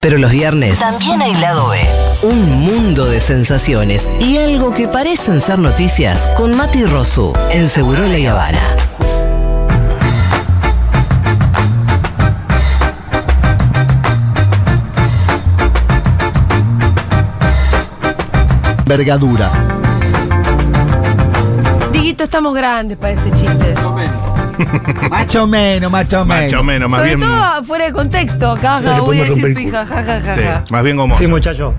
Pero los viernes También hay lado B. Un mundo de sensaciones y algo que parecen ser noticias con Mati Rosu en Segurola y Habana. Vergadura. Diguito, estamos grandes para ese chiste. Macho menos, macho menos. Macho menos, más Sobre bien. todo fuera de contexto, caja, Le voy a podemos decir romper el pija, ja, ja, ja, ja. Sí, más bien gomoso. Sí, muchacho.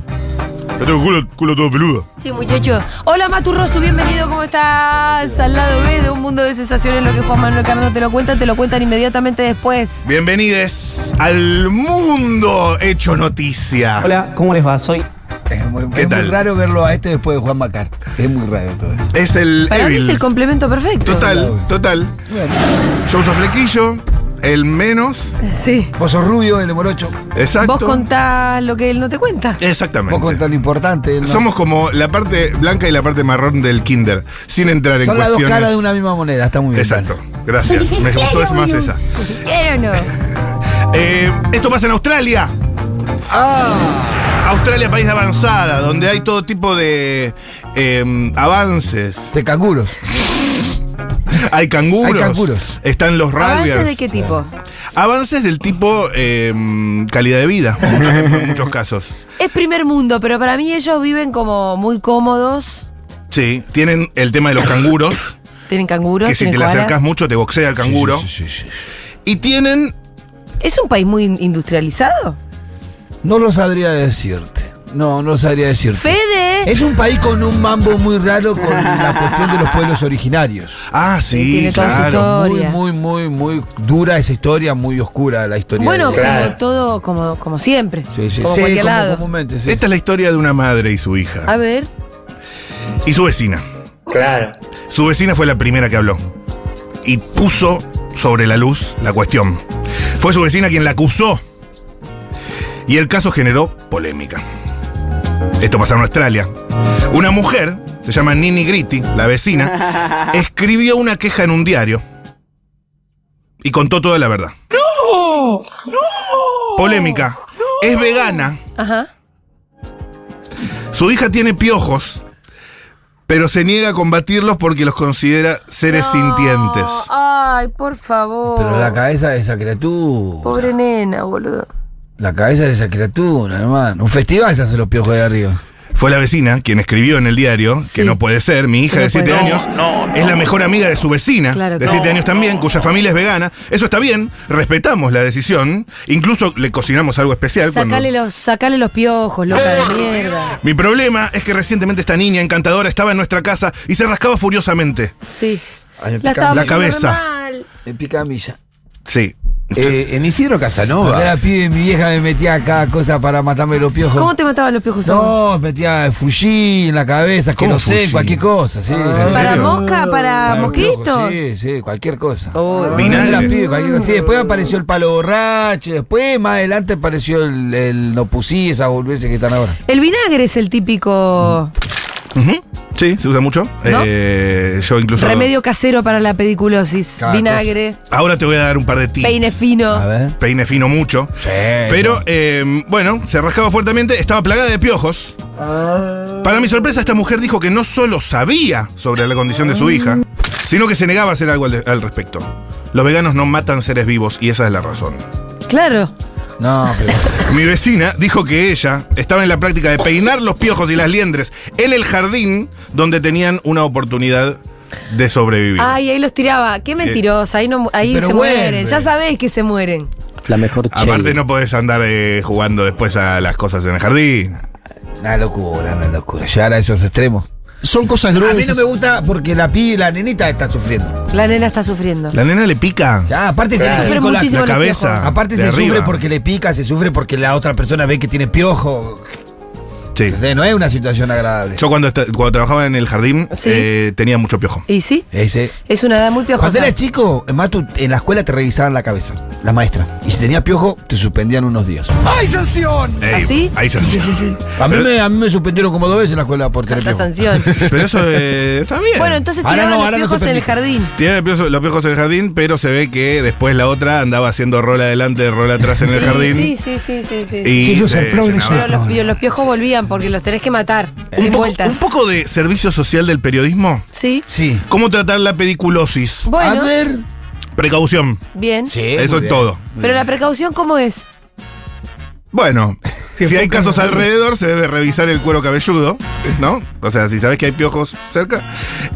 Yo tengo culo, culo todo peludo. Sí, muchachos. Hola, Maturroso, bienvenido, ¿cómo estás? Al lado B de un mundo de sensaciones, lo que Juan Manuel Carrano te lo cuenta, te lo cuentan inmediatamente después. Bienvenides al mundo hecho noticia. Hola, ¿cómo les va? Soy Es, muy, ¿Qué es muy tal? raro verlo a este después de Juan Macar. Es muy raro todo esto. Es el Para mí Evil. es el complemento perfecto. Total, total. Bueno, Yo uso flequillo, el menos. Sí. vos sos rubio, el morocho. Exacto. Vos contás lo que él no te cuenta. Exactamente. Vos contás lo importante. él no. Somos como la parte blanca y la parte marrón del kinder, sin entrar en Son las dos cuestiones. caras de una misma moneda. Está muy bien. Exacto, gracias. Me gustó es más esa. ¿Quiero o no? Eh, esto pasa en Australia. Ah, Australia, país de avanzada, donde hay todo tipo de eh, avances. de canguros. Hay canguros. Hay canguros. Están los ¿Avances rugbyers. de qué tipo? Avances del tipo eh, calidad de vida, en muchos, en muchos casos. Es primer mundo, pero para mí ellos viven como muy cómodos. Sí, tienen el tema de los canguros, Tienen canguros, que si tienen te le koalas. acercas mucho te boxea el canguro. Sí, sí, sí, sí, sí. Y tienen, ¿Es un país muy in- industrializado? No lo sabría decirte. No, no lo sabría decirte. Fede. Es un país con un mambo muy raro con la cuestión de los pueblos originarios. ah, sí, Sí, tiene toda su claro. Muy, Historia. muy, muy, muy dura esa historia, muy oscura la historia. Bueno, de- como todo, como, como siempre. sí, sí, Como sí, cualquier como lado. comúnmente, sí. Esta es la historia de una madre y su A hija. ver. Y su vecina. Claro. Su vecina fue la primera que habló. Y puso sobre la luz la cuestión. Fue su vecina quien la acusó. Y el caso generó polémica. Esto pasa en Australia. Una mujer, se llama Nini Gritti, la vecina, escribió una queja en un diario y contó toda la verdad. ¡No! ¡No! Polémica. Es vegana. Ajá. Su hija tiene piojos, pero se niega a combatirlos porque los considera seres sintientes. No, Ay, por favor. Pero la cabeza de esa criatura. Pobre nena, boludo. La cabeza de esa criatura, hermano. Un festival se hace los piojos de arriba. Fue la vecina quien escribió en el diario Sí. que no puede ser, mi hija Que no de 7 puede ser. años es la mejor amiga de su vecina, Claro, de claro. 7 años también, cuya familia es vegana. Eso está bien, respetamos la decisión, incluso le cocinamos algo especial. cuando- Sacale los, sacale los piojos, loca de mierda. Mi problema es que recientemente esta niña encantadora estaba en nuestra casa y se rascaba furiosamente. Sí. Ay, La me pica- estaba la pasando re cabeza. mal. Me pica a milla. Sí. Eh, en Isidro Cuando Casanova. era pibe, mi vieja me metía acá cosas para matarme los piojos. ¿Cómo te mataban los piojos? Samu? No, me metía fuji en la cabeza, que ¿Cómo no sé, fuji? cualquier cosa, sí. sí. Ah, ¿Para serio? mosca? ¿Para Para los piojos, mosquitos? Sí, sí, cualquier cosa. Oh, Vinagre. Cuando era pibe, cualquier cosa. Sí, después apareció el palo borracho, después más adelante apareció el, el no pusí, esas boludeces que están ahora. El vinagre es el típico Mm. Ujú. Sí, se usa mucho. ¿No? Eh, yo incluso. remedio casero para la pediculosis. Cada vinagre, Ahora te voy a dar un par de tips. peine A fino. ver. Peine fino mucho. Sí, Pero, eh, bueno, se rascaba fuertemente, estaba plagada de piojos. Para mi sorpresa, esta mujer dijo que no solo sabía sobre la condición de su hija, sino que se negaba a hacer algo al, al respecto. Los veganos no matan seres vivos y esa es la razón. Claro. No, pero. Mi vecina dijo que ella estaba en la práctica de peinar los piojos y las liendres en el jardín donde tenían una oportunidad de sobrevivir. Ay, ahí los tiraba. Eh, Qué mentirosa. Ahí, no, mu- ahí Pero se vuelve. mueren. Ya sabés que se mueren. la mejor Aparte no podés andar eh, jugando después a las cosas en el jardín. Una locura, una locura. Llegar a esos extremos. Son cosas A mí no gruesas. me gusta porque la pibe, la nenita está sufriendo. La nena está sufriendo. La nena le pica Ya, aparte se Claro. sufre Sufre con la- muchísimo la los cabeza. piojos. Aparte de se arriba. sufre porque le pica, se sufre porque la otra persona ve que tiene piojo. Sí. ¿Entendés? No es una situación agradable. Yo cuando, esta- cuando trabajaba en el jardín Sí. eh, tenía mucho piojo. Y sí, Ese- es una Ah, edad muy Cuando piojosa. eras chico, en Matu, en la escuela te revisaban la cabeza, la maestra. Y si tenías piojo, te suspendían unos días. Ey, ¿Así? Ahí se A mí, Pero- me, a mí me suspendieron como dos veces en la escuela por tener Alta piojo. sanción. Pero eso eh, está bien. Bueno, entonces Ahora tiraban no, los ahora no piojos se en el permite. jardín. Tiene piojos- los piojos en el jardín, pero se ve que después la otra andaba haciendo rol adelante, rol atrás en el Sí, jardín. Sí, sí, sí, sí, sí. Y Sí, Luis, se- el se progreso. llenaba. Pero los, y los piojos volvían porque los tenés que matar un, sin poco, vueltas. un poco de servicio social del periodismo. Sí. Sí. ¿Cómo tratar la pediculosis? Bueno, A ver. Precaución. bien. Sí, eso Eh, muy es bien. todo. Pero la precaución, ¿cómo es? Bueno, si hay casos alrededor, se debe revisar el cuero cabelludo, ¿no? O sea, si sabes que hay piojos cerca.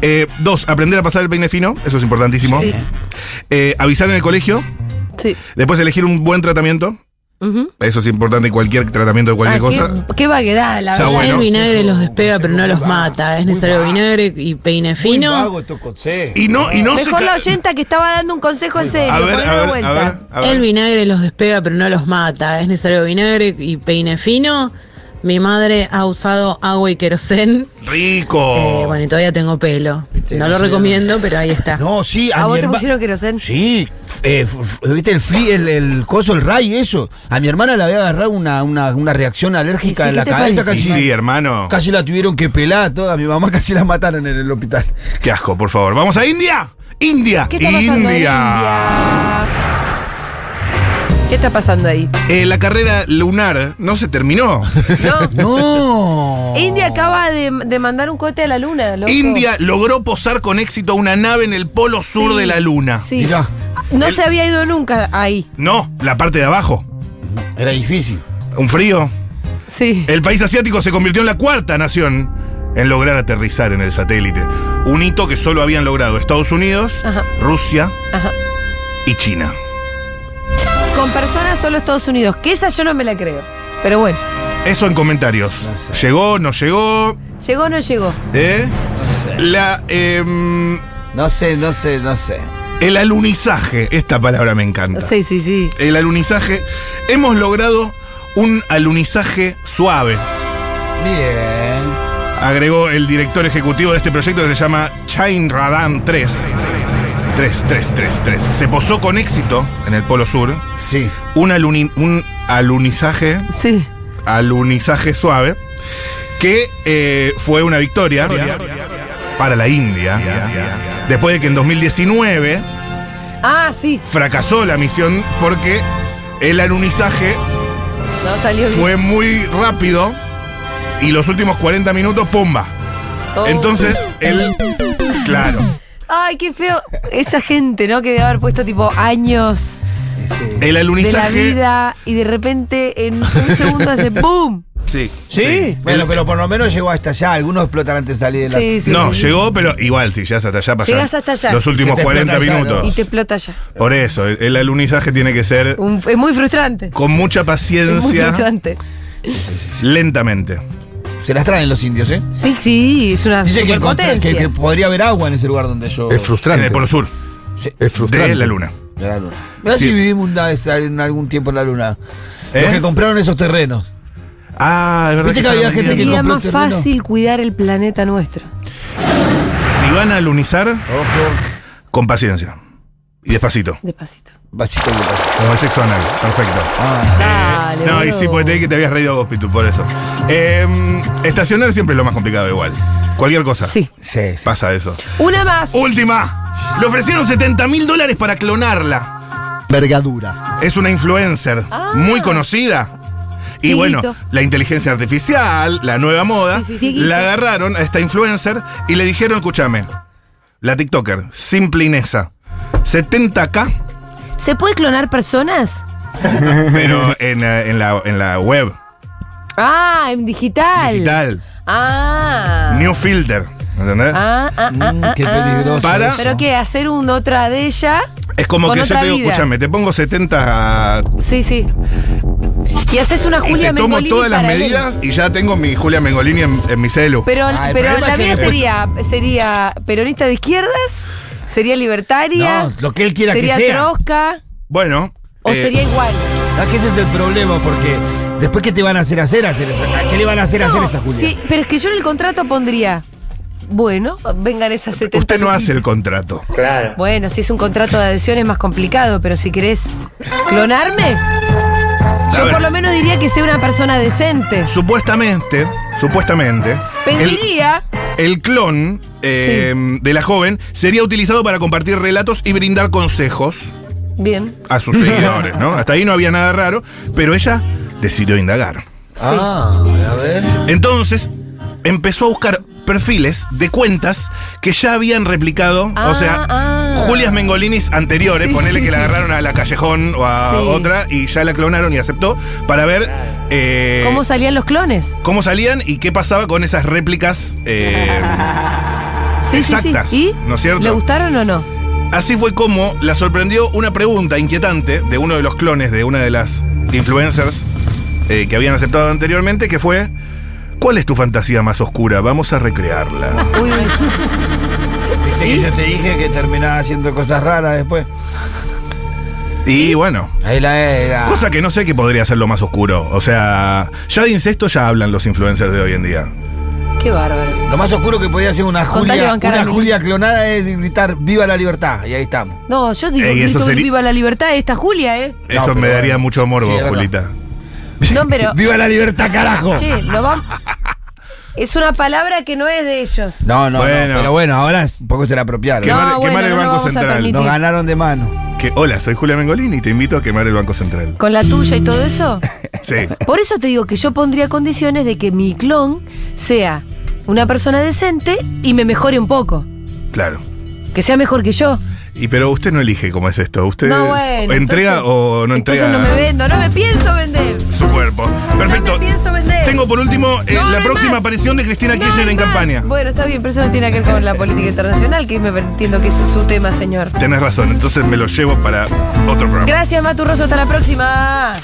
Eh, dos, aprender a pasar el peine fino, eso es importantísimo. Sí. Eh, avisar en el colegio, Sí. después elegir un buen tratamiento, Ujú. eso es importante en cualquier tratamiento de cualquier Ah, qué- cosa. Qué, vaguedad, la Está verdad. bueno. Ah, El vinagre los despega, pero no los mata. Es necesario vinagre y peine fino. Y no, y no se Mejor ca- la oyenta que estaba dando un consejo en serio. A ver, ponelo a de ver, vuelta. a ver, a ver. El vinagre los despega, pero no los mata. Es necesario vinagre y peine fino. Mi madre ha usado agua y querosén. Eh, Rico. bueno, y todavía tengo pelo. No lo recomiendo, pero ahí está. No, sí, ¿A a, mi vos te herma- pusieron querosén? Sí, eh, f- f- ¿viste el, fli- el, el coso, el ray, eso? A mi hermana le había agarrado una, una, una reacción alérgica ¿Y sí, en la qué te cabeza, parece? Sí, casi, sí, hermano. casi la tuvieron que pelar, toda mi mamá casi la mataron en el hospital. Qué asco, por favor. Vamos a India. India. ¿Qué está pasando ahí, India? ¿Qué está pasando ahí? Eh, la carrera lunar no se terminó. No. No. India acaba de, de mandar un cohete a la luna, loco. India logró posar con éxito una nave en el polo sur Sí, de la luna. sí. Mirá, No se había ido nunca ahí. No, la parte de abajo. era difícil. Un frío. Sí. El país asiático se convirtió en la cuarta nación en lograr aterrizar en el satélite. Un hito que solo habían logrado Estados Unidos, Ajá. Rusia Ajá. y China. Con personas solo Estados Unidos. Que esa yo no me la creo. Pero bueno. Eso en comentarios. Llegó, no llegó. ¿Llegó o no llegó? ¿eh? La, em, No sé, no sé, no sé. el alunizaje. Esta palabra me encanta. Sí, sí, sí. el alunizaje. Hemos logrado un alunizaje suave, Bien. agregó el director ejecutivo de este proyecto que se llama Chain Radan 3. 3, 3, 3, 3. Se posó con éxito en el Polo Sur Sí. un, aluni- un alunizaje, Sí. alunizaje suave que eh, fue una victoria para la India. Después de que en 2019 Ah, sí. fracasó la misión porque el alunizaje No salió bien. fue muy rápido y los últimos 40 minutos, pumba. Oh. Entonces, él. Claro. Ay, qué feo. Esa gente, ¿no? Que debe haber puesto tipo años El de la alunizaje. vida y de repente en un segundo hace ¡boom! Sí. ¿Sí? Bueno, pero por lo menos llegó hasta allá. Algunos explotan antes de salir de la. Sí, sí. No, sí. llegó, pero igual, si llegas hasta allá, pasás Llegás hasta allá. Los últimos Se te 40 explota allá, minutos. Y te Uh, explota ya. Por eso, el, el alunizaje tiene que ser Un- es muy frustrante. con mucha Es muy paciencia, frustrante. lentamente. Se las traen los indios, ¿eh? Sí, sí, es una Dicen que, encontré- superpotencia. que, que podría haber agua en ese lugar donde yo. Es En frustrante. el Polo Sur, Es frustrante. de la Luna. de la luna. Mirá Sí. si vivimos una vez en algún tiempo en la luna. ¿Eh? Los que compraron esos terrenos. Ah, es verdad. Viste que había estaban gente que diciendo. Sería compró más terreno. fácil cuidar el planeta nuestro. Si van a alunizar, con paciencia. Y despacito. Despacito. Vasito de plástico. Como el sexo anal. Perfecto. Ah, Dale. No, y boludo. sí, porque te dije que te habías reído vos, Pitu, por eso. Eh, estacionar siempre es lo más complicado, igual. Cualquier cosa. Sí. sí, sí. Pasa eso. Una más. Última. Le ofrecieron 70 mil dólares para clonarla. Vergadura. Es una influencer Ah. muy conocida. Y Dieguito. bueno, la inteligencia artificial, la nueva moda, Sí, sí, sí, Dieguito. la agarraron a esta influencer y le dijeron, escúchame, la TikToker, simple Inesa, 70k, ¿Se puede clonar personas? pero en, eh, en la, en la web, Ah, en digital. digital, Ah. new filter, ¿entendés? Ah, ah, ah, Mm, ah, qué ah. peligroso. Para- eso. Pero que hacer una otra de ella. Es como Con que yo otra te digo, vida. escúchame, te pongo 70 a- Sí, sí. Y haces una y Julia te Este, tomo Mengolini todas las paralela. medidas y ya tengo mi Julia Mengolini en, en mi celu. Pero, Ah, el pero la problema es que mía sería, después- sería peronista de izquierdas, sería libertaria, No, lo que él quiera que sería sea. trosca bueno, o eh, sería igual. Ah, que ese es el problema, porque Después, ¿qué te van a hacer hacer? hacer esa- ¿A qué le van a hacer hacer No, esa Julia? sí, pero es que yo en el contrato pondría, bueno, vengan esas 70. Usted no hace el contrato. Claro. Bueno, si es un contrato de adhesión es más complicado, pero si querés clonarme, yo ver. por lo menos diría que sea una persona decente. Supuestamente, supuestamente, el, Pediría, el clon eh, de la joven sería utilizado para compartir relatos y brindar consejos bien, a sus seguidores, ¿no? Hasta ahí no había nada raro, pero ella decidió indagar. Ah, a ver. Entonces empezó a buscar perfiles de cuentas que ya habían replicado, Ah, o sea, ah. Julias Mengolinis anteriores, Sí, ponele sí, que la sí. agarraron a la Callejón o a Sí. otra y ya la clonaron y aceptó para ver eh, ¿cómo salían los clones? cómo salían y qué pasaba con esas réplicas. eh, Sí, exactas, sí, sí. ¿Y? ¿no es cierto? ¿Le gustaron o no? así fue como la sorprendió una pregunta inquietante de uno de los clones de una de las influencers eh, que habían aceptado anteriormente, que fue, ¿cuál es tu fantasía más oscura? Vamos a recrearla. Uy, uy. Viste que yo te dije que terminaba haciendo cosas raras después. Y bueno, Ahí la era. cosa que no sé que podría ser lo más oscuro. O sea, ya de incesto ya hablan los influencers de hoy en día. qué bárbaro. Lo más oscuro que podía hacer una Contale, Julia, bancar a una mí. Julia clonada es gritar ¡Viva la libertad! Y ahí estamos. No, yo digo, Ey, eso grito un sería- viva la libertad de esta Julia, ¿eh? Eso pero me daría bueno. mucho Sí, morbo, es verdad. Julita. No, pero, ¡Viva la libertad, carajo! che, no vamos... Es una palabra que no es de ellos. No, no, Bueno. no, pero bueno, ahora es- un poco se la apropiaron. Qué No, mal- qué bueno, mal el no lo Banco vamos a Central. permitir. Nos ganaron de mano. Que, hola, soy Julia Mengolini y te invito a quemar el Banco Central. Con la tuya y todo eso. Sí. Por eso te digo que yo pondría condiciones de que mi clon sea una persona decente y me mejore un poco. Claro. Que sea mejor que yo. Y pero usted no elige cómo es esto. Usted No, bueno, entrega entonces- o no entrega. Entonces no me vendo, no me pienso vender. su cuerpo. Perfecto. No me pienso vender. Tengo por último eh, No, no la hay próxima más. aparición de Cristina No Kirchner hay en más. campaña. Bueno, está bien, pero eso no tiene que ver con la política internacional, que me entiendo que es su tema, señor. Tenés razón, entonces me lo llevo para otro programa. Gracias, Maturroso, hasta la próxima.